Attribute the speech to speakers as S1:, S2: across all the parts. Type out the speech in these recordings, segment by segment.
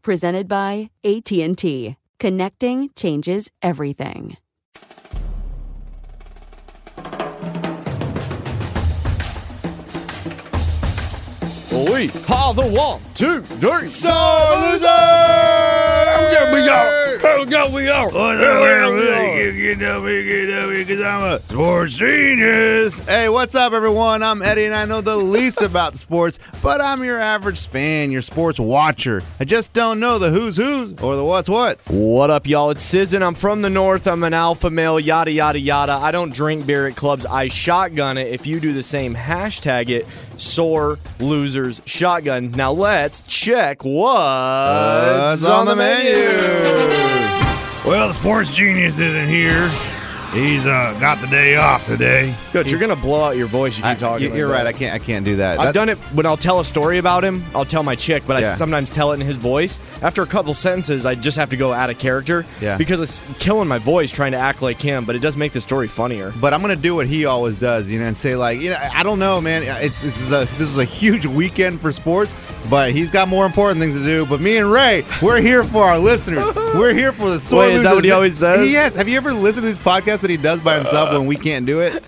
S1: Presented by AT&T. Connecting changes everything.
S2: We are the one, two, three.
S3: Here we go.
S2: Here we go, we are.
S3: Get up here, get up here, because I'm a sports genius. Hey, what's up, everyone? I'm Eddie, and I know the least about sports, but I'm your average fan, your sports watcher. I just don't know the who's who's or the what's what's.
S2: What up, y'all? It's Sizzin. I'm from the north. I'm an alpha male, yada, yada, yada. I don't drink beer at clubs. I shotgun it. If you do the same, hashtag it, sore losers shotgun. Now let's check what's
S3: What's on the menu? Well, the sports genius isn't here. He's uh, got the day off today.
S2: Good, you're going to blow out your voice if you
S3: I-
S2: keep talking.
S3: you- you're
S2: like
S3: right.
S2: that.
S3: I can't. I can't do that.
S2: I've done it when I'll tell a story about him. I'll tell my chick, but I
S3: Yeah.
S2: sometimes tell it in his voice. After a couple sentences, I just have to go out of character
S3: Yeah.
S2: because it's killing my voice trying to act like him. But it does make the story funnier.
S3: but I'm gonna do what he always does, you know, and say like, you know, I don't know, man. It's this is a this is a huge weekend for sports, but he's got more important things to do. But me and Ray, we're here for our listeners. We're here for the sore
S2: Wait, is that
S3: losers.
S2: what he always says?
S3: Yes. Have you ever listened to these podcasts that he does by himself when we can't do it?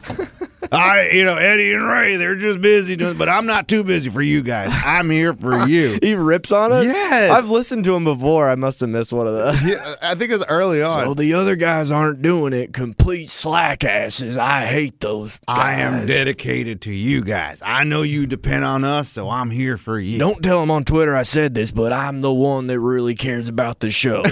S3: I, you know, Eddie and Ray, they're just busy doing, but I'm not too busy for you guys. I'm here for you.
S2: He rips on us.
S3: Yes.
S2: I've listened to him before. I must have missed one of those.
S3: Yeah, I think it was early on.
S2: the other guys aren't doing it. Complete slack asses. I hate those.
S3: I am dedicated to you guys. I know you depend on us, so I'm here for you.
S2: Don't tell him on Twitter I said this, but I'm the one that really cares about the show.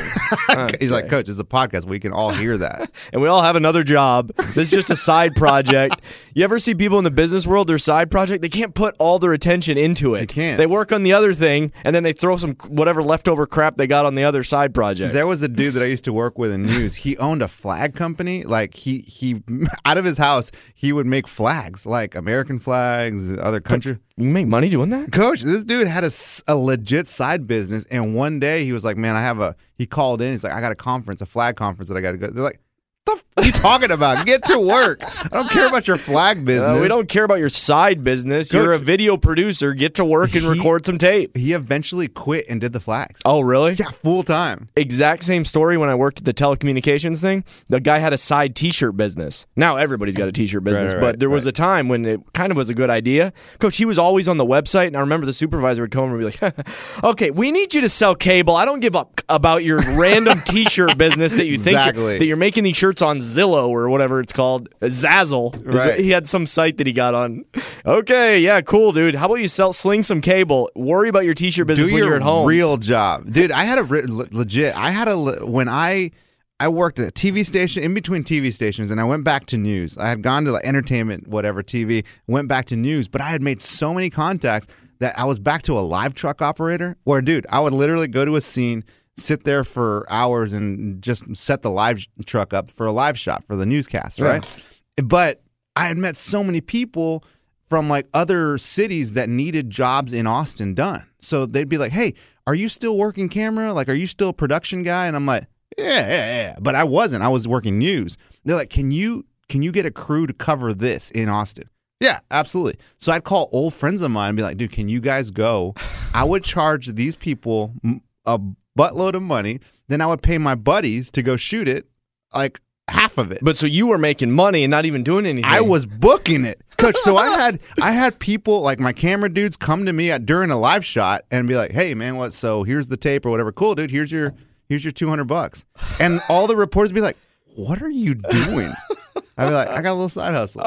S3: He's like, Coach, it's a podcast. We can all hear that.
S2: and we all have another job. This is just a side project. You ever see people in the business world, their side project, they can't put all their attention into it. They
S3: can't.
S2: They work on the other thing and then they throw some whatever leftover crap they got on the other side project.
S3: There was a dude that I used to work with in news. He owned a flag company. Like he he out of his house, he would make flags, like American flags, other country.
S2: you make money doing that?
S3: Coach, this dude had a, s- a legit side business, and one day he was like, "Man, I have a." He called in. He's like, "I got a conference, a flag conference that I got to go." They're like, "The f- are you talking about? Get to work. I don't care about your flag business."
S2: Uh, we don't care about your side business. You're a
S3: Coach-
S2: video producer. Get to work and
S3: He-
S2: record some tape.
S3: He eventually quit and did the flags.
S2: Oh, really?
S3: Yeah, full time.
S2: exact same story when I worked at the telecommunications thing. The guy had a side T-shirt business. Now everybody's got a T-shirt business,
S3: right,
S2: but there was a time when it kind of was a good idea. Coach, he was always on the website, and I remember the supervisor would come over and be like, "Okay, we need you to sell cable. I don't give up about your random T-shirt business that you think
S3: Exactly.
S2: that you're making these shirts on Zillow or whatever it's called, Zazzle. Is
S3: Right.
S2: what- He had some site that he got on. Okay, yeah, cool, dude. How about you sell sling some cable? Worry about your T-shirt business
S3: do
S2: when
S3: your
S2: you're at home.
S3: real job, dude. I had a re- le- legit. I had a le- when I I worked at a TV station in between TV stations, and I went back to news. I had gone to like entertainment, whatever TV, went back to news, but I had made so many contacts that I was back to a live truck operator. Where, dude, I would literally go to a scene. Sit there for hours and just set the live truck up for a live shot for the newscast, right? But I had met so many people from like other cities that needed jobs in Austin done. So they'd be like, "Hey, are you still working camera? Like, are you still a production guy?" And I'm like, "Yeah, yeah, yeah." But I wasn't. I was working news. They're like, "Can you can you get a crew to cover this in Austin?" Yeah, absolutely. So I'd call old friends of mine and be like, "Dude, can you guys go?" I would charge these people m- a buttload of money. Then I would pay my buddies to go shoot it. Like half of it.
S2: But so you were making money and not even doing anything.
S3: I was booking it, coach. So I had I had people like my camera dudes come to me at, during a live shot and be like, "Hey, man, what? So here's the tape or whatever. Cool, dude. Here's your here's your two hundred bucks." And all the reporters would be like, "What are you doing?" I'd be like, "I got a little side hustle."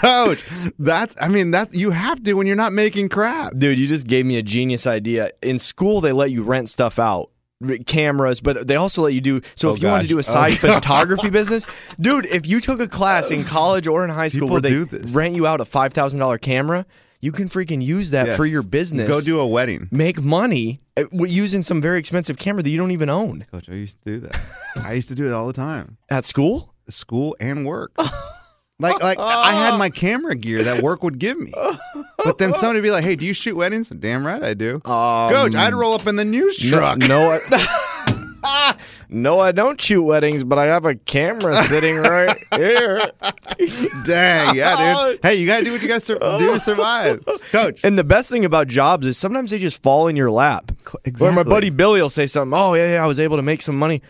S3: coach, that's I mean that you have to when you're not making crap.
S2: Dude, you just gave me a genius idea. In school, they let you rent stuff out. r- Cameras, but they also let you do. So
S3: Oh,
S2: if you wanted to
S3: gosh.
S2: do a
S3: Oh.
S2: side photography business, dude, if you took a class in college or in high school
S3: People
S2: where they
S3: do this.
S2: rent you out a five thousand dollar camera, you can freaking use that for
S3: Yes.
S2: your business.
S3: Go do a wedding.
S2: make money uh, w- using some very expensive camera that you don't even own
S3: Coach, I used to do that. I used to do it all the time.
S2: at school.
S3: school and work. like like I had my camera gear that work would give me. But then somebody would be like, "Hey, do you shoot weddings?" Damn right I do. Coach, I'd roll up in the news truck.
S2: No, no, I, no, I don't shoot weddings, but I have a camera sitting right here.
S3: Dang, yeah, dude. Hey, you gotta do what you gotta sur- do to survive, Coach.
S2: And the best thing about jobs is sometimes they just fall in your lap. Or my
S3: exactly.
S2: buddy Billy will say something. Oh yeah, yeah, I was able to make some money.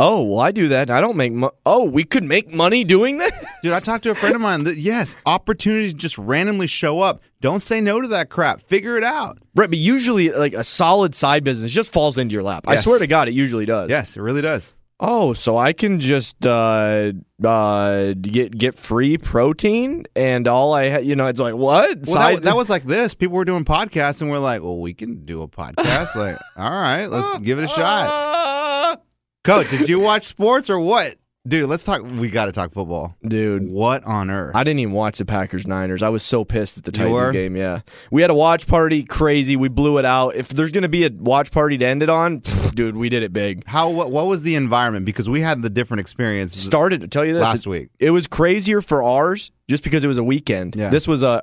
S2: Oh well, I do that. I don't make. Mo- oh, we could make money doing this.
S3: Dude, I talked to a friend of mine that yes, opportunities just randomly show up. Don't say no to that crap. Figure it out.
S2: Right, but usually like a solid side business just falls into your lap. I
S3: Yes.
S2: swear to God, it usually does.
S3: Yes, it really does.
S2: Oh, so I can just uh, uh, get get free protein and all I, ha- you know, it's like what?
S3: Well, that, that was like this. People were doing podcasts, and we're like, "Well, we can do a podcast." like, all right, let's give it a shot.
S2: Ah!
S3: Coach, did you watch sports or what? Dude, let's talk. We got to talk football.
S2: dude.
S3: What on earth?
S2: I didn't even watch the Packers Niners. I was so pissed at the
S3: You
S2: Titans
S3: were?
S2: game. Yeah, we had a watch party, crazy. We blew it out. If there's gonna be a watch party to end it on, pfft, dude, we did it big.
S3: How? What, what was the environment? Because we had the different experience.
S2: Started to tell you this
S3: Last
S2: it-
S3: week.
S2: It was crazier for ours just because it was a weekend.
S3: Yeah.
S2: This was a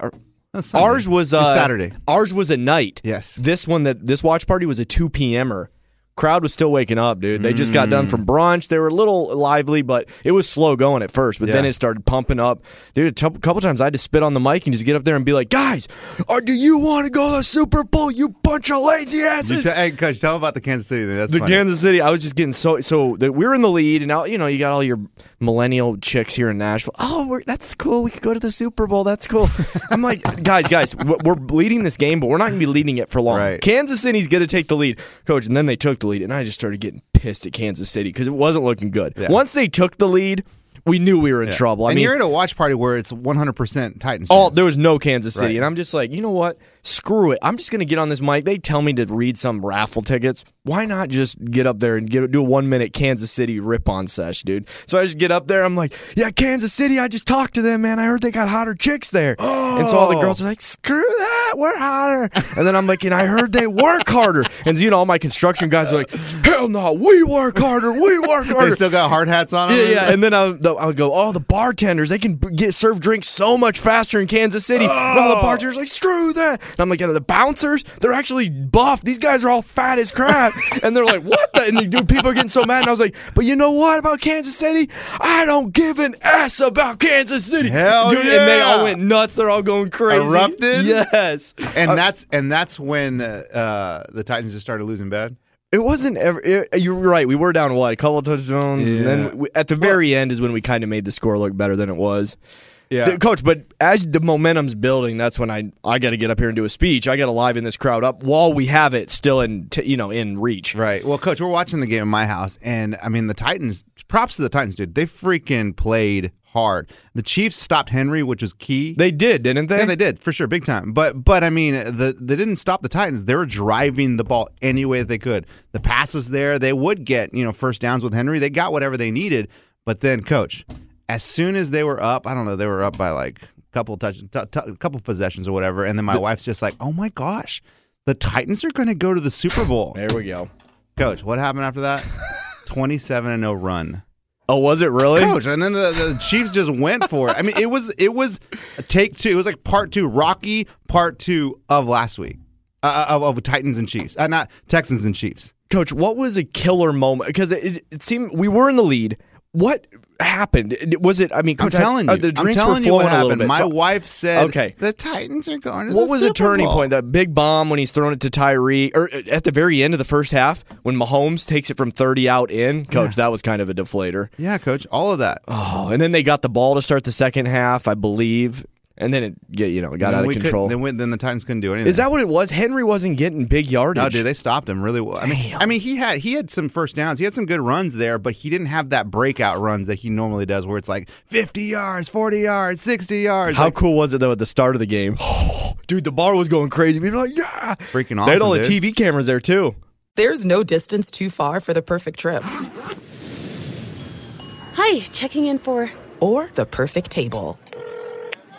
S3: No, Sunday.
S2: Ours was
S3: It
S2: uh,
S3: Saturday.
S2: Ours was a night.
S3: Yes.
S2: This one that this watch party was a two p.m.er. Crowd was still waking up, dude. They just got done from brunch. They were a little lively, but it was slow going at first. But then
S3: Yeah.
S2: it started pumping up, dude. A tou- couple times I had to spit on the mic and just get up there and be like, "Guys, or do you want to go to the Super Bowl? You bunch of lazy
S3: You
S2: asses."
S3: te- hey, coach, tell them about the Kansas City thing. That's
S2: the
S3: funny.
S2: Kansas City. I was just getting so so that we were in the lead, and now you know you got all your millennial chicks here in Nashville. Oh, we're, that's cool. We could go to the Super Bowl. That's cool. I'm like, guys, guys, w- we're leading this game, but we're not going to be leading it for long.
S3: Right.
S2: Kansas City's going to take the lead, coach. And then they took the lead, and I just started getting pissed at Kansas City because it wasn't looking good.
S3: Yeah.
S2: Once they took the lead, we knew we were in trouble. I
S3: and
S2: mean,
S3: you're at a watch party where it's 100 percent Titans.
S2: all
S3: fans.
S2: there was no Kansas City,
S3: Right.
S2: and I'm just like, you know what? Screw it. I'm just gonna get on this mic. They tell me to read some raffle tickets. Why not just get up there and get, do a one minute Kansas City rip on sesh, dude? So I just get up there. I'm like, yeah, Kansas City. I just talked to them, man. I heard they got hotter chicks there, and so all the girls are like, screw that, we're hotter. And then I'm like, and I heard they work harder, and you know, all my construction guys are like, hell no, we work harder, we work harder.
S3: They still got hard hats on. 'em?
S2: Yeah, yeah. And then I'll, the- I'll go, oh, the bartenders, they can b- get serve drinks so much faster in Kansas City. And all
S3: Oh.
S2: the bartenders like, screw that. And I'm like, and the bouncers, they're actually buff. These guys are all fat as crap. and they're like, what the? And the dude, people are getting so mad. And I was like, but you know what about Kansas City? I don't give an ass about Kansas City.
S3: Hell
S2: dude, And they all
S3: yeah.
S2: went nuts. They're all going crazy.
S3: Erupted?
S2: Yes.
S3: And that's and that's when uh, uh, the Titans just started losing bad.
S2: It wasn't ever. It, you're right. We were down what a couple of touchdowns, and
S3: Yeah.
S2: then we, at the very end is when we kind of made the score look better than it was.
S3: Yeah.
S2: coach. But as the momentum's building, that's when I I got to get up here and do a speech. I got to liven this crowd up while we have it still in t- you know in reach.
S3: Right. Well, coach, we're watching the game in my house, and I mean the Titans. Props to the Titans, dude. They freaking played hard. The Chiefs stopped Henry, which was key.
S2: They did, didn't they?
S3: yeah, they did for sure, big time. But but I mean, the they didn't stop the Titans. They were driving the ball any way that they could. The pass was there. They would get you know first downs with Henry. They got whatever they needed. But then, coach, as soon as they were up, I don't know, they were up by like a couple touch, t- t- couple possessions or whatever. And then my wife's just like, "Oh my gosh, the Titans are going to go to the Super Bowl."
S2: There we go.
S3: Coach, what happened after that? 27 and 0 run.
S2: Oh, was it really?
S3: Coach, and then the, the Chiefs just went for it. I mean, it was it was a take two. It was like part two, Rocky part two of last week uh, of, of Titans and Chiefs, uh, not Texans and Chiefs.
S2: Coach, what was a killer moment? Because it, it seemed we were in the lead. What happened? Was it? I mean,
S3: I'm
S2: Coach, I-
S3: telling you.
S2: uh, the
S3: I'm
S2: drinks
S3: telling
S2: were
S3: you
S2: flowing
S3: what
S2: a little
S3: happened.
S2: bit.
S3: My
S2: so-
S3: wife said,
S2: Okay.
S3: the Titans are going to
S2: What
S3: the
S2: was
S3: Super
S2: the turning
S3: Bowl."
S2: point? That big bomb when he's throwing it to Tyree, or uh, at the very end of the first half when Mahomes takes it from thirty out in. Coach, that was kind of a deflator.
S3: Yeah, coach, all of that.
S2: Oh, and then they got the ball to start the second half, I believe, and then it yeah, you know it got
S3: And
S2: out of
S3: we couldn't-
S2: control.
S3: Then, we, then the Titans couldn't do anything.
S2: Is that what it was? Henry wasn't getting big yardage.
S3: No, dude, they stopped him really well. I mean, I mean, he had he had some first downs. He had some good runs there, but he didn't have that breakout runs that he normally does, where it's like fifty yards, forty yards, sixty yards.
S2: How
S3: Like,
S2: cool was it though at the start of the game? dude, the bar was going crazy. People were like, yeah,
S3: Freaking
S2: They had
S3: awesome,
S2: all the
S3: dude.
S2: TV cameras there too.
S4: There's no distance too far for the perfect trip
S5: Hi, checking in for.
S4: or the perfect table.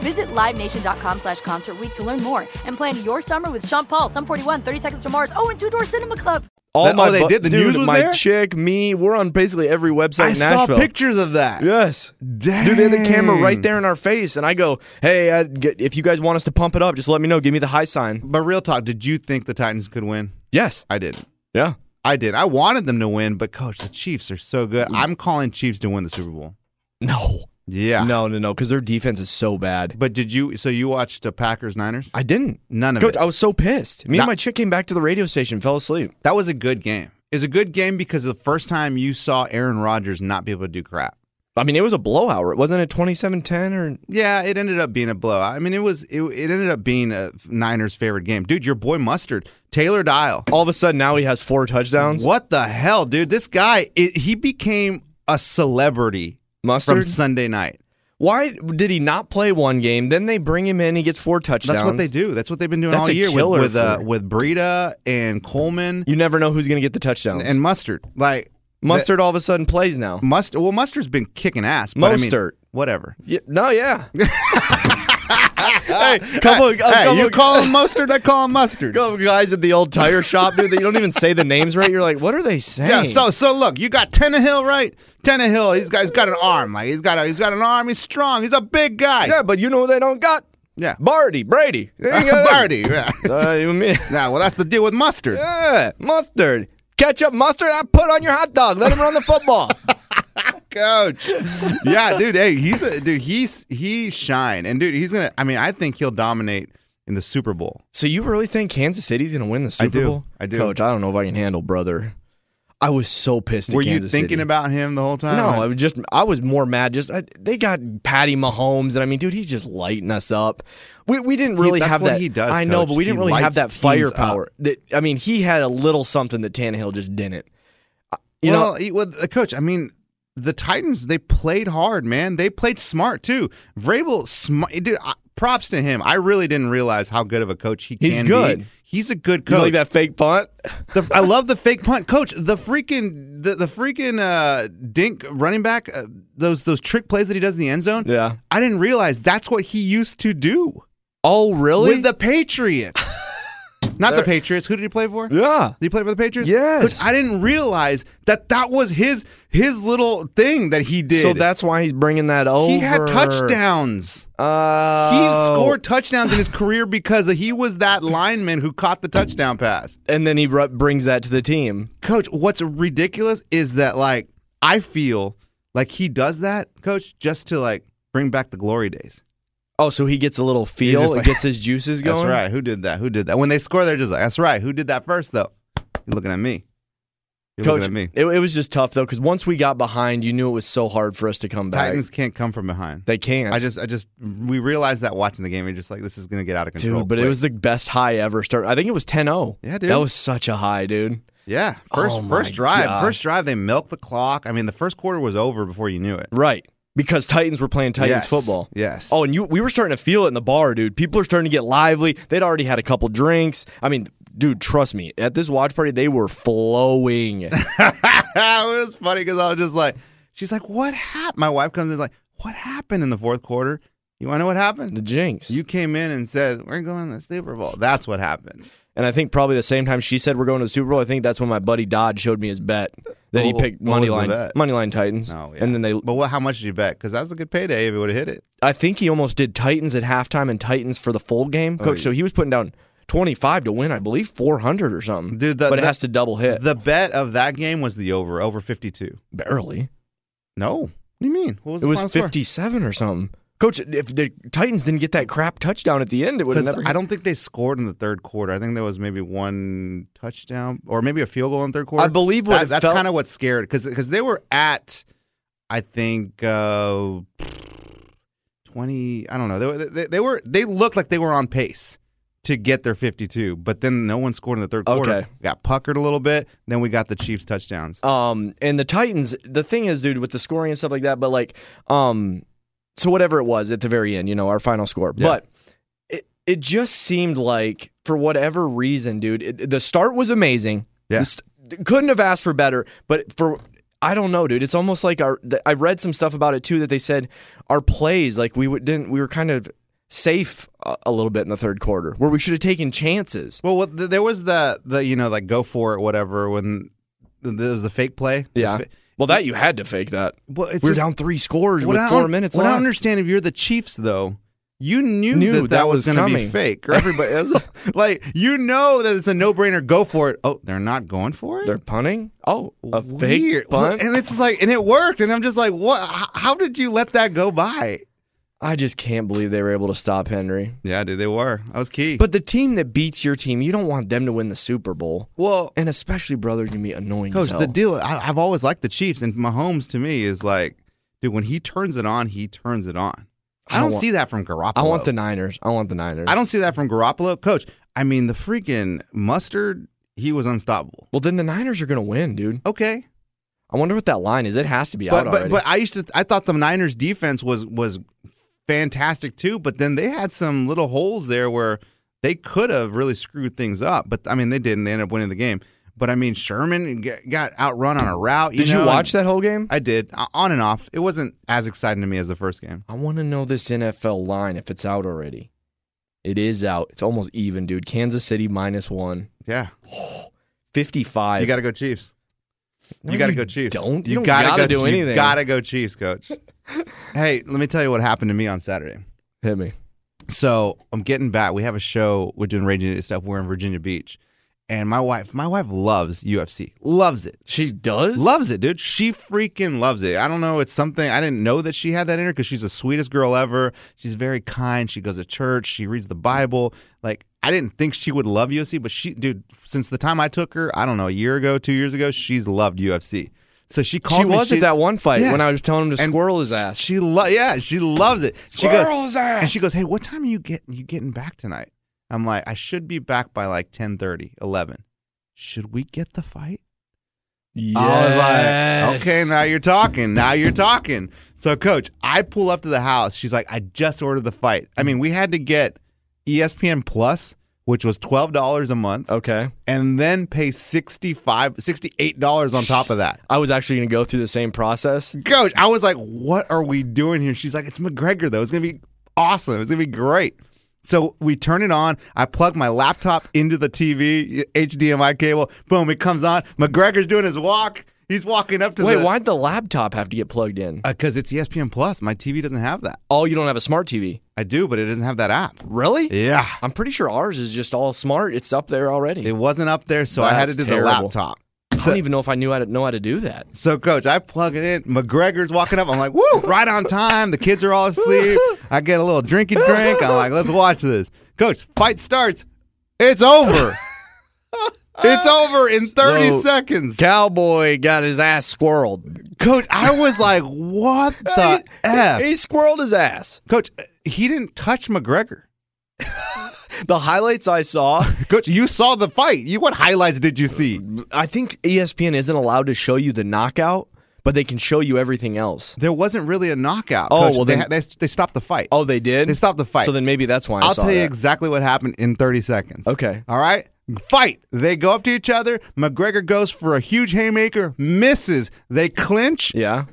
S6: Visit LiveNation.com slash Concert Week to learn more and plan your summer with Sean Paul, Sum 41, 30 Seconds to Mars, oh, and Two Door Cinema Club.
S2: All
S3: That-
S2: my
S3: oh, they
S2: bu-
S3: did? The
S2: dude,
S3: news was
S2: my
S3: there?
S2: chick, me, we're on basically every website
S3: I
S2: in Nashville.
S3: saw pictures of that.
S2: Yes. Dude, they had the camera right there in our face, and I go, "Hey, I get, if you guys want us to pump it up, just let me know. Give me the high sign."
S3: But real talk, did you think the Titans could win?
S2: Yes.
S3: I didn't.
S2: Yeah.
S3: I did. I wanted them to win, but coach, the Chiefs are so
S2: Mm.
S3: good. I'm calling Chiefs to win the Super Bowl.
S2: No.
S3: Yeah.
S2: No, no, no, because their defense is so bad.
S3: But did you? So you watched the Packers Niners?
S2: I didn't.
S3: None of
S2: Coach,
S3: it.
S2: I was so pissed. Me
S3: Nah.
S2: and my chick came back to the radio station, fell asleep.
S3: That was a good game. It was a good game because the first time you saw Aaron Rodgers not be able to do crap.
S2: I mean, it was a blowout. Wasn't it 27-10 or
S3: Yeah, it ended up being a blowout. I mean, it was it, it ended up being a Niners favorite game. Dude, your boy Mustard, Taylor Dial.
S2: all of a sudden now he has four touchdowns?
S3: What the hell, dude? This guy, it, he became a celebrity from
S2: Mustard?
S3: Sunday night.
S2: Why did he not play one game? Then they bring him in, he gets four touchdowns.
S3: That's what they do. That's what they've been doing
S2: That's
S3: all
S2: a
S3: year with
S2: killer
S3: with, uh,
S2: for-
S3: with Breida and Coleman
S2: You never know who's going to get the touchdowns.
S3: and Mustard. Like
S2: Mustard all of a sudden plays now.
S3: Mustard. Well, Mustard's been kicking ass. But I mean,
S2: Mostert.
S3: whatever.
S2: Yeah, no, yeah. hey, couple, a
S3: hey,
S2: couple,
S3: you call him mustard, I call him mustard.
S2: couple guys at the old tire shop, dude. That you don't even say the names right. You're like, what are they
S3: Yeah.
S2: saying?
S3: So so look, you got Tannehill right. Tannehill, he's got he's got an arm. Like he's got a, he's got an arm. He's strong. He's a big guy.
S2: yeah, but you know what they don't got
S3: Yeah.
S2: Barty, Brady, They ain't got
S3: Barty. Yeah.
S2: them. Uh, you mean?
S3: Nah, well, that's the deal with mustard.
S2: Yeah, mustard, ketchup, mustard. I put on your hot dog. Let him run the football.
S3: Coach. yeah, dude. Hey, he's a dude. He's he shine and dude. He's gonna. I mean, I think he'll dominate in the Super Bowl.
S2: So you really think Kansas City's gonna win the Super
S3: do.
S2: Bowl?
S3: I do.
S2: Coach. I don't know if I can handle, brother. I was so pissed. at
S3: Were you
S2: Kansas
S3: thinking
S2: City.
S3: about him the whole time?
S2: No, I
S3: Like,
S2: was just I was more mad. Just I, they got Patty Mahomes, and I mean, dude, he's just lighting us up. We, we didn't really
S3: that's
S2: have
S3: what
S2: that.
S3: he does,
S2: I know,
S3: Coach.
S2: but we didn't
S3: He
S2: really have
S3: lights
S2: that
S3: teams
S2: firepower.
S3: up.
S2: That I mean, he had a little something that Tannehill just didn't. Uh, You
S3: well,
S2: know,
S3: he- well, the coach. I mean, the Titans they played hard, man. They played smart too. Vrabel, smart, dude. I, uh, props to him. I really didn't realize how good of a coach he
S2: He's
S3: can
S2: good.
S3: be. He's a good
S2: you
S3: coach.
S2: like that fake punt?
S3: The- I love the fake punt, coach. The freaking the, the freaking uh, dink running back. Uh, those those trick plays that he does in the end zone.
S2: Yeah.
S3: I didn't realize that's what he used to do
S2: Oh, really?
S3: with the Patriots. Not the Patriots. Who did he play for?
S2: yeah.
S3: Did he play for the Patriots?
S2: Yes.
S3: Coach, I didn't realize that that was his his little thing that he did.
S2: So that's why he's bringing that over.
S3: he had touchdowns.
S2: Uh,
S3: He scored touchdowns in his career because he was that lineman who caught the touchdown pass.
S2: and then he ru- brings that to the team.
S3: Coach, what's ridiculous is that like I feel Like he does that, coach, just to like bring back the glory days.
S2: Oh, so he gets a little feel.
S3: just like-
S2: it gets his juices going.
S3: That's right. Who did that? Who did that? When they score, they're just like, that's right. Who did that first, though? You're looking at me. You're
S2: Coach,
S3: looking at me.
S2: It, it was just tough though because once we got behind, you knew it was so hard for us to come back.
S3: Titans can't come from behind.
S2: they can't.
S3: I just, I just, we realized that watching the game. We're just like, this is gonna get out of
S2: dude,
S3: control.
S2: but it
S3: quick.
S2: was the best high ever. Start. I think it was 10-0.
S3: Oh, Yeah, dude.
S2: That was such a high, dude.
S3: yeah, first,
S2: Oh my
S3: first drive,
S2: God.
S3: first drive. They milked the clock. I mean, the first quarter was over before you knew it.
S2: Right. Because Titans were playing Titans
S3: Yes.
S2: football.
S3: Yes.
S2: Oh, and you we were starting to feel it in the bar, dude. People are starting to get lively. They'd already had a couple drinks. I mean, dude, trust me. At this watch party, they were flowing.
S3: it was funny because I was just like, she's like, what happened? My wife comes in like, what happened in the fourth quarter? You want to know what happened?
S2: the jinx.
S3: You came in and said, we're going to the Super Bowl. That's what happened.
S2: and I think probably the same time she said we're going to the Super Bowl, I think that's when my buddy Dodd showed me his bet that he
S3: What-
S2: picked
S3: what was
S2: money
S3: Oh, the
S2: line,
S3: bet?
S2: money line Titans.
S3: Oh, yeah.
S2: And then they
S3: But what, how much did you bet? Because that was a good payday if it would have hit it.
S2: I think he almost did Titans at halftime and Titans for the full
S3: Oh,
S2: game, coach. So he was putting down 25 to win, I believe 400 or something.
S3: Dude, the-
S2: but it
S3: the-
S2: has to double hit.
S3: The bet of that game was the over, over 52.
S2: Barely.
S3: No. What do you mean? What was
S2: It
S3: the
S2: was
S3: final score?
S2: 57 or something. Coach, if the Titans didn't get that crap touchdown at the end, it would have
S3: 'Cause
S2: never.
S3: I don't think they scored in the third quarter. I think there was maybe one touchdown or maybe a field goal in the third quarter.
S2: I believe what
S3: That-
S2: it
S3: that's
S2: felt-
S3: kind of what scared because they were at, I think, uh, twenty. I don't know. They, were, they they were they looked like they were on pace to get their fifty-two, but then no one scored in the third quarter.
S2: Okay.
S3: Got puckered a little bit. Then we got the Chiefs touchdowns.
S2: Um, and the Titans, the thing is, dude, with the scoring and stuff like that, but like, um, so whatever it was at the very end, you know, our final score,
S3: Yeah.
S2: but it, it just seemed like for whatever reason, dude, it, the start was amazing.
S3: Yeah.
S2: The st- couldn't have asked for better, but for, I don't know, dude. It's almost like our, th- I read some stuff about it too, that they said our plays, like we would, didn't, we were kind of safe a, a little bit in the third quarter where we should have taken chances.
S3: Well, what, th- there was the the you know like go for it whatever when th- there was the fake play. The
S2: Yeah.
S3: fa-
S2: Well, that you had to fake that.
S3: Well, it's
S2: we were
S3: just-
S2: down three scores
S3: What
S2: with
S3: I
S2: four
S3: don't-
S2: minutes
S3: what I
S2: left.
S3: don't understand if you're the Chiefs though, you knew,
S2: Knew
S3: that, that,
S2: that
S3: was,
S2: was
S3: going to be
S2: coming.
S3: fake. Or everybody, it was- like you know that it's a no brainer. Go for it. Oh, they're not going for it.
S2: They're punting. Oh, a
S3: Weird.
S2: fake punt.
S3: and it's like, and it worked. And I'm just like, what? h- How did you let that go by?
S2: I just can't believe they were able to stop Henry.
S3: Yeah, dude, they were. That was key.
S2: But the team that beats your team, you don't want them to win the Super Bowl.
S3: well,
S2: And especially brothers can be annoying.
S3: coach,
S2: as hell.
S3: the deal. I, I've always liked the Chiefs, and Mahomes to me is like, dude, when he turns it on, he turns it on. I
S2: I
S3: don't
S2: want-
S3: see that from Garoppolo.
S2: I want the Niners. I want the Niners.
S3: I don't see that from Garoppolo, coach. I mean, the freaking mustard, he was unstoppable.
S2: Well, then the Niners are gonna win, dude.
S3: Okay,
S2: I wonder what that line is. It has to be
S3: but
S2: out
S3: but,
S2: already.
S3: but I used to I thought the Niners defense was was fantastic too, but then they had some little holes there where they could have really screwed things up. But I mean, they didn't. They ended up winning the game. But I mean, Sherman g- got outrun on a route.
S2: Did you
S3: know,
S2: watch
S3: and-
S2: that whole game?
S3: I did, o- on and off. It wasn't as exciting to me as the first game.
S2: I want to know this NFL line if it's out already. It is out. It's almost even, dude. Kansas City minus one.
S3: Yeah,
S2: 55.
S3: you got to go Chiefs.
S2: No,
S3: you got to go Chiefs.
S2: Don't.
S3: you,
S2: don't
S3: gotta,
S2: gotta
S3: go,
S2: do anything.
S3: You gotta go Chiefs, coach. hey, let me tell you what happened to me on Saturday.
S2: hit me.
S3: So I'm getting back. We have a show. We're doing Raging Idiot stuff. We're in Virginia Beach, and my wife, my wife loves UFC. Loves it.
S2: She does?
S3: Loves it, dude. She freaking loves it. I don't know. It's something I didn't know that she had that in her because she's the sweetest girl ever. She's very kind. She goes to church. She reads the Bible. Like I didn't think she would love UFC, but she, dude, since the time I took her, I don't know, a year ago, two years ago, she's loved UFC. So she called
S2: She
S3: me.
S2: was at that one fight
S3: Yeah.
S2: when I was telling him to
S3: And
S2: squirrel his ass.
S3: She lo- yeah, she loves it. She
S2: Squirrel
S3: goes
S2: his ass.
S3: and she goes, "Hey, what time are you get you getting back tonight?" I'm like, "I should be back by like 10:30, 11." Should we get the fight? I was like, okay, now you're talking. Now you're talking. So, coach, I pull up to the house. She's like, I just ordered the fight. I mean, we had to get E ESPN Plus, which was $12 a month,
S2: Okay.
S3: and then pay $65, $68 on top of that.
S2: I was actually going to go through the same process.
S3: Coach, I was like, what are we doing here? She's like, it's McGregor, though. It's going to be awesome. It's going to be great. So we turn it on. I plug my laptop into the TV, HDMI cable. Boom, it comes on. McGregor's doing his walk. He's walking up to
S2: Wait,
S3: the.
S2: why'd the laptop have to get plugged in?
S3: Because Uh, it's E ESPN Plus. My TV doesn't have that.
S2: Oh, you don't have a smart TV.
S3: I do, but it doesn't have that app.
S2: Really?
S3: Yeah.
S2: I'm pretty sure ours is just all smart. It's up there already.
S3: It wasn't up there, so I had to
S2: That's
S3: do the
S2: terrible.
S3: laptop.
S2: I don't even know if I knew how to know how to do that.
S3: So, coach, I plug it in. McGregor's walking up. I'm like, woo, right on time. The kids are all asleep. I get a little drinky drink. I'm like, let's watch this. Coach, fight starts. It's over. it's over in 30
S2: So-
S3: seconds.
S2: Cowboy got his ass squirreled.
S3: Coach, I was like, what the F?
S2: He squirreled his ass.
S3: Coach, he didn't touch McGregor.
S2: The highlights I saw,
S3: Coach, you saw the fight. You what highlights did you see?
S2: I think E ESPN isn't allowed to show you the knockout, but they can show you everything else.
S3: There wasn't really a knockout.
S2: Oh,
S3: Coach.
S2: well,
S3: they,
S2: then-
S3: ha- they they stopped the fight.
S2: Oh, they did.
S3: They stopped the fight.
S2: So then maybe that's why I
S3: I'll
S2: saw
S3: tell you
S2: that.
S3: exactly what happened in 30 seconds.
S2: Okay.
S3: All right. Fight. They go up to each other. McGregor goes for a huge haymaker, misses. They clinch.
S2: yeah.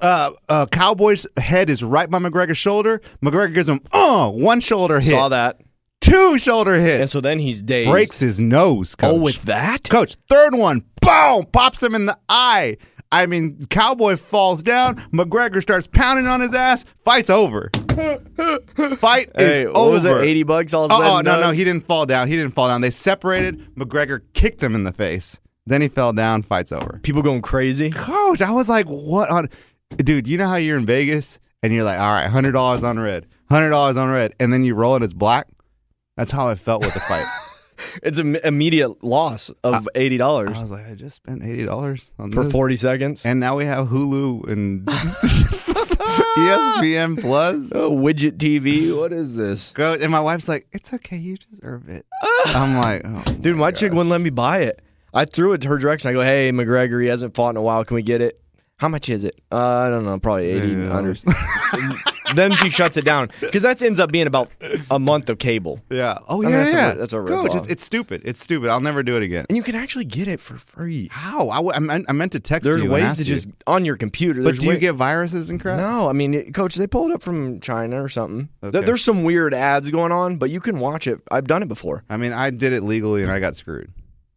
S3: Uh, uh, Cowboy's head is right by McGregor's shoulder. McGregor gives him oh, one shoulder hit,
S2: Saw that.
S3: two shoulder hits,
S2: And so then he's dazed.
S3: breaks his nose. Coach.
S2: Oh, with that?
S3: Coach, third one, boom, pops him in the eye. I mean, Cowboy falls down. McGregor starts pounding on his ass. Fight's over. Fight
S2: Hey,
S3: is
S2: what
S3: over.
S2: was it? 80 bucks all said
S3: Oh, oh,
S2: and
S3: no,
S2: done?
S3: no, he didn't fall down. He didn't fall down. They separated. McGregor kicked him in the face. Then he fell down. Fight's over.
S2: People going crazy.
S3: Coach, I was like, what on? Dude, you know how you're in Vegas and you're like, all right, hundred dollars on red, hundred dollars on red, and then you roll and it's black. That's how I felt with the fight.
S2: It's an immediate loss of eighty dollars
S3: I was like, I just spent eighty dollars on
S2: for
S3: this.
S2: forty seconds.
S3: Mm. And now we have Hulu and E ESPN Plus.
S2: Oh, widget TV. What is this,
S3: Go and my wife's like, "It's okay, you deserve it." I'm like, oh
S2: dude? My chick wouldn't let me buy it. I threw it her direction. I go, hey McGregor, he hasn't fought in a while. Can we get it? How much is it? Uh, I don't know. Probably eighty dollars. then she shuts it down because that ends up being about a month of cable.
S3: yeah, oh yeah,
S2: I mean, that's a-
S3: yeah.
S2: that's a
S3: Coach,
S2: ripoff.
S3: it's, it's stupid. It's stupid. I'll never do it again.
S2: And you can actually get it for free.
S3: How? I, w- I, meant, I meant to text
S2: There's
S3: you. and
S2: ways
S3: ask
S2: to
S3: you.
S2: just on your computer.
S3: But
S2: there's
S3: do you
S2: way-
S3: get viruses and crap?
S2: No, I mean, it- coach, they pulled up from China or something. Th-
S3: Okay.
S2: There's some weird ads going on, but you can watch it. I've done it before.
S3: I mean, I did it legally and I got screwed.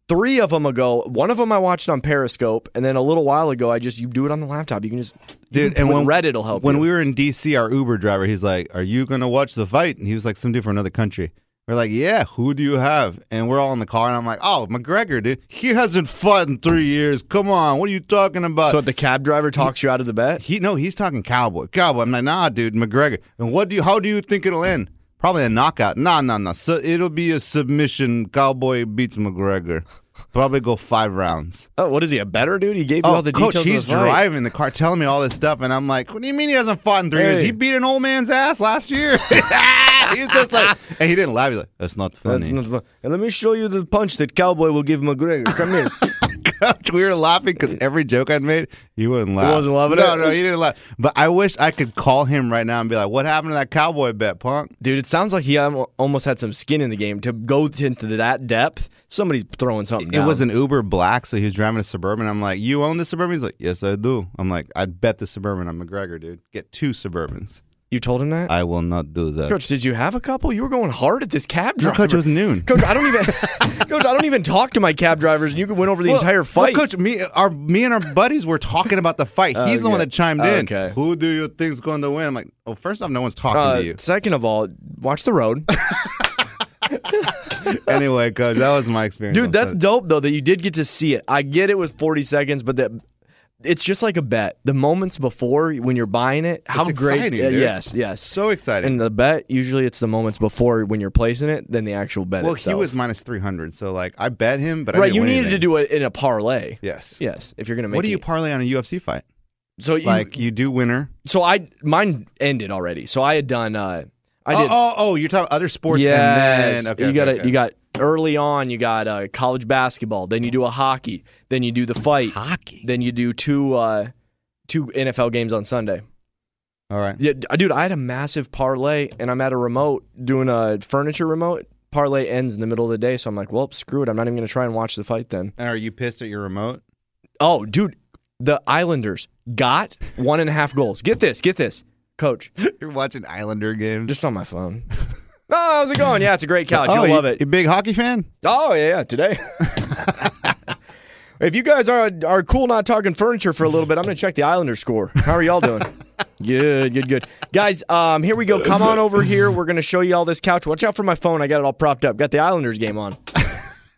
S2: Three of them ago, one of them I watched on Periscope, and then a little while ago, I just you do it on the laptop. You can just you can- with Reddit will help.
S3: When
S2: you.
S3: we were in DC, our Uber driver, he's like, "Are you gonna watch the fight?" And he was like, "Some dude from another country." We're like, "Yeah, who do you have?" And we're all in the car, and I'm like, "Oh, McGregor, dude, he hasn't fought in three years. Come on, what are you talking about?"
S2: so if the cab driver talks you out of the bet.
S3: he no, he's talking cowboy, cowboy. I'm like, "Nah, dude, McGregor. And what do you? How do you think it'll end? Probably a knockout. Nah, nah, nah. So it'll be a submission. Cowboy beats McGregor. Probably go five rounds."
S2: Oh, what is he a better dude? He gave you all the
S3: Oh, coach,
S2: details.
S3: he's
S2: of the fight.
S3: driving the car, telling me all this stuff, and I'm like, "What do you mean he hasn't fought in three years?
S2: Hey.
S3: He beat an old man's ass last year." he's just like, and he didn't laugh. He's like, "That's not
S2: That's
S3: funny."
S2: not fun. Hey, Let me show you the punch that Cowboy will give McGregor. Come here.
S3: Coach, we were laughing because every joke I'd made, you wouldn't laugh.
S2: wasn't loving
S3: no,
S2: it?
S3: No, you didn't laugh. But I wish I could call him right now and be like, "What happened to that cowboy bet, punk?"
S2: Dude, it sounds like he al- almost had some skin in the game to go into that depth. Somebody's throwing something.
S3: It
S2: down.
S3: was an Uber black, so he was driving a suburban. I'm like, "You own the suburban?" He's like, "Yes, I do." I'm like, "I'd bet the suburban on McGregor, dude. Get two Suburbans.
S2: You told him that.
S3: I will not do that."
S2: Coach, did you have a couple? You were going hard at this cab
S3: No,
S2: driver.
S3: Coach, it was noon.
S2: Coach, I don't even. Coach, I don't even talk to my cab drivers, and you could win over the
S3: Well,
S2: entire
S3: well,
S2: fight.
S3: Coach, me, our, me and our buddies were talking about the fight. He's the one
S2: Okay.
S3: that chimed
S2: Okay.
S3: in. Who do you think's going to win? I'm like, oh, first off, no one's talking
S2: Uh,
S3: to you.
S2: second of all, watch the road,
S3: anyway, Coach, that was my experience.
S2: dude.
S3: on
S2: That's
S3: Saturday.
S2: dope though that you did get to see it. I get it with 40 seconds, but that it's just like a bet. The moments before when you're buying it, how
S3: It's
S2: great!
S3: exciting,
S2: uh,
S3: dude.
S2: yes, yes.
S3: so exciting.
S2: and the bet usually it's the moments before when you're placing it than the actual bet.
S3: well,
S2: itself.
S3: he was minus 300, so like, I bet him, but I
S2: right.
S3: didn't
S2: You
S3: win
S2: needed to
S3: anything.
S2: do it in a parlay.
S3: Yes.
S2: Yes, if you're gonna make
S3: What do you
S2: it.
S3: parlay on a UFC fight?
S2: so you,
S3: like, you do winner.
S2: so I mine ended already. So I had done. uh I
S3: Oh,
S2: did.
S3: oh, oh, you're talking other sports. And
S2: Yes.
S3: then, okay,
S2: you
S3: okay,
S2: got
S3: okay.
S2: you got early on. You got uh, college basketball. Then you do a hockey. Then you do the fight. Hockey. Then you do two uh, two NFL games on Sunday.
S3: All right.
S2: Yeah, d- dude, I had a massive parlay, and I'm at a remote doing a furniture remote. Parlay ends in the middle of the day, so I'm like, well, screw it. I'm not even gonna try and watch the fight then.
S3: And are you pissed at your remote?
S2: Oh, dude, the Islanders got one and a half goals. Get this, get this, coach.
S3: You're watching Islander games.
S2: Just on my phone. Oh, how's it going? Yeah, it's a great couch. You'll
S3: Oh, you-
S2: love it.
S3: You big hockey fan?
S2: Oh yeah, yeah, today. if you guys are are cool not talking furniture for a little bit, I'm gonna check the Islander score. How are y'all doing? good, good, good. Guys, um, here we go. Come on over here. We're gonna show you all this couch. Watch out for my phone. I got it all propped up. Got the Islanders game on.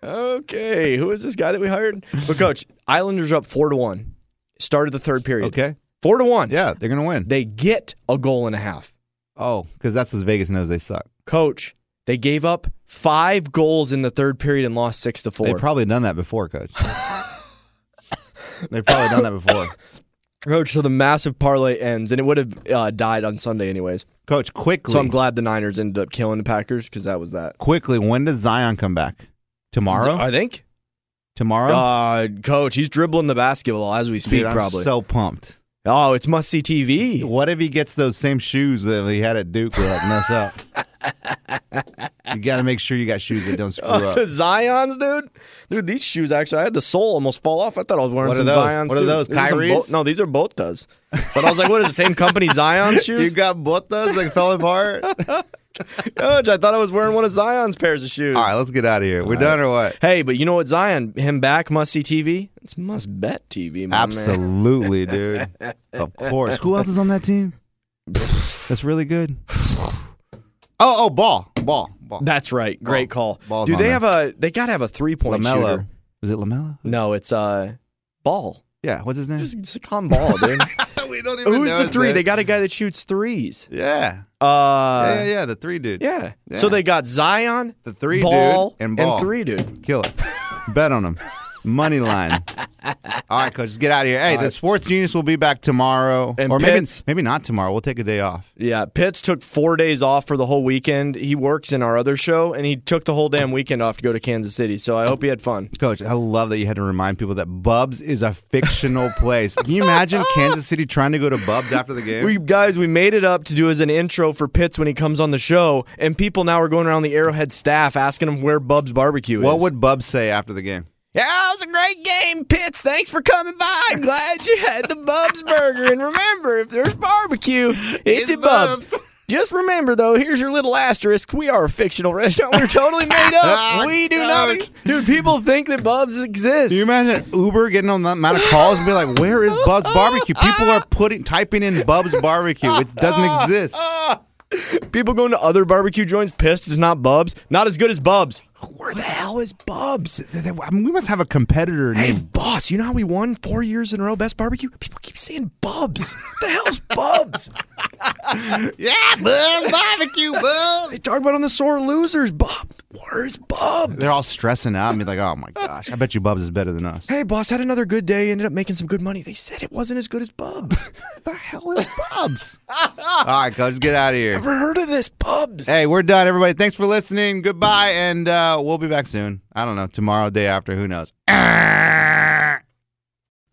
S2: okay, who is this guy that we hired? But coach, Islanders are up four to one. Started the third period.
S3: Okay.
S2: Four to one.
S3: Yeah, they're gonna win.
S2: They get a goal and a half.
S3: oh, because that's as Vegas knows they suck.
S2: Coach, they gave up five goals in the third period and lost six to
S3: They've
S2: four.
S3: probably done that before, Coach. They've probably done that before.
S2: coach, so the massive parlay ends, and it would have uh, died on Sunday anyways.
S3: Coach, quickly,
S2: So I'm glad the Niners ended up killing the Packers because that was that.
S3: quickly. When does Zion come back? Tomorrow.
S2: I think.
S3: Tomorrow.
S2: Uh, coach, he's dribbling the basketball as we speak.
S3: Dude, I'm
S2: probably.
S3: so pumped.
S2: oh, it's must see TV.
S3: What if he gets those same shoes that he had at Duke? Will mess up. you got to make sure you got shoes that don't screw
S2: Oh,
S3: up.
S2: the Zion's, dude. Dude, these shoes actually, I had the sole almost fall off. I thought I was wearing
S3: What are
S2: some
S3: those?
S2: Zion's.
S3: What are
S2: too.
S3: those,
S2: These some
S3: Kyrie's?
S2: Bo- no, these are both does. But I was like, what is the same company Zion's
S3: You
S2: shoes?
S3: got both those like fell apart. All
S2: Coach, I thought I was wearing one of Zion's pairs of shoes.
S3: right, let's get out of here. We're done or what?
S2: Hey, but you know what, Zion, him back, must see TV. It's must bet TV, my man.
S3: Absolutely, dude. Of course. Who else is on that team? That's really good. Oh, oh, ball, ball, ball.
S2: That's right. Great
S3: Ball.
S2: call.
S3: Ball's
S2: Do
S3: on
S2: they
S3: there.
S2: have a? They gotta have a three point
S3: Lamelo.
S2: shooter.
S3: Was it Lamelo?
S2: No, it's uh, ball.
S3: Yeah. What's his name?
S2: Just, just calm ball, dude.
S3: we don't even
S2: Who's
S3: know
S2: the
S3: his
S2: three?
S3: name.
S2: They got a guy that shoots threes.
S3: Yeah. yeah,
S2: Uh,
S3: yeah, yeah, the three dude.
S2: Yeah.
S3: Yeah.
S2: So they got Zion,
S3: The three
S2: ball,
S3: dude and ball.
S2: three dude.
S3: Kill it. Bet on him. Money line. All right, coach, just get out of here. Hey, the sports genius will be back tomorrow,
S2: And
S3: or maybe
S2: Pitts.
S3: maybe not tomorrow. We'll take a day off.
S2: Yeah. Pitts took four days off for the whole weekend. He works in our other show, and he took the whole damn weekend off to go to Kansas City. So I hope he had fun.
S3: Coach, I love that you had to remind people that Bubs is a fictional place. Can you imagine Kansas City trying to go to Bubs after the game?
S2: We guys, we made it up to do as an intro for Pitts when he comes on the show, and people now are going around the Arrowhead staff asking him where Bub's barbecue is.
S3: what would Bubs say after the game?
S2: Yeah, it was a great game, Pitts. Thanks for coming by. I'm glad you had the Bub's burger. And remember, if there's barbecue, it's,
S3: It's
S2: at Bub's.
S3: Bub's.
S2: Just remember, though, here's your little asterisk. We are a fictional restaurant. We're totally made
S3: Ah,
S2: up. We do not.
S3: ouch.
S2: Dude, people think that Bub's exists.
S3: Can you imagine Uber getting on that amount of calls and be like, "Where is Bubs Barbecue?" People are putting typing in Bubs Barbecue. It doesn't exist.
S2: people going to other barbecue joints pissed it's not Bub's. Not as good as Bub's. Where the hell is Bub's?
S3: I mean, we must have a competitor
S2: Hey,
S3: named.
S2: boss, you know how we won four years in a row best barbecue? People keep saying Bub's. the hell's Bub's?
S3: Yeah, Bubs Barbecue, Bubs.
S2: They talk about on the sore losers, Bob. Where's Bubs?
S3: They're all stressing out and be like, "Oh my gosh, I bet you Bubs is better than us."
S2: Hey, boss, had another good day. Ended up making some good money. They said it wasn't as good as Bubs.
S3: the hell is Bubs? all right, coach, get out of here.
S2: Never heard of this, Bubs.
S3: Hey, we're done, everybody. Thanks for listening. Goodbye, and uh, we'll be back soon. I don't know, tomorrow, day after, who knows?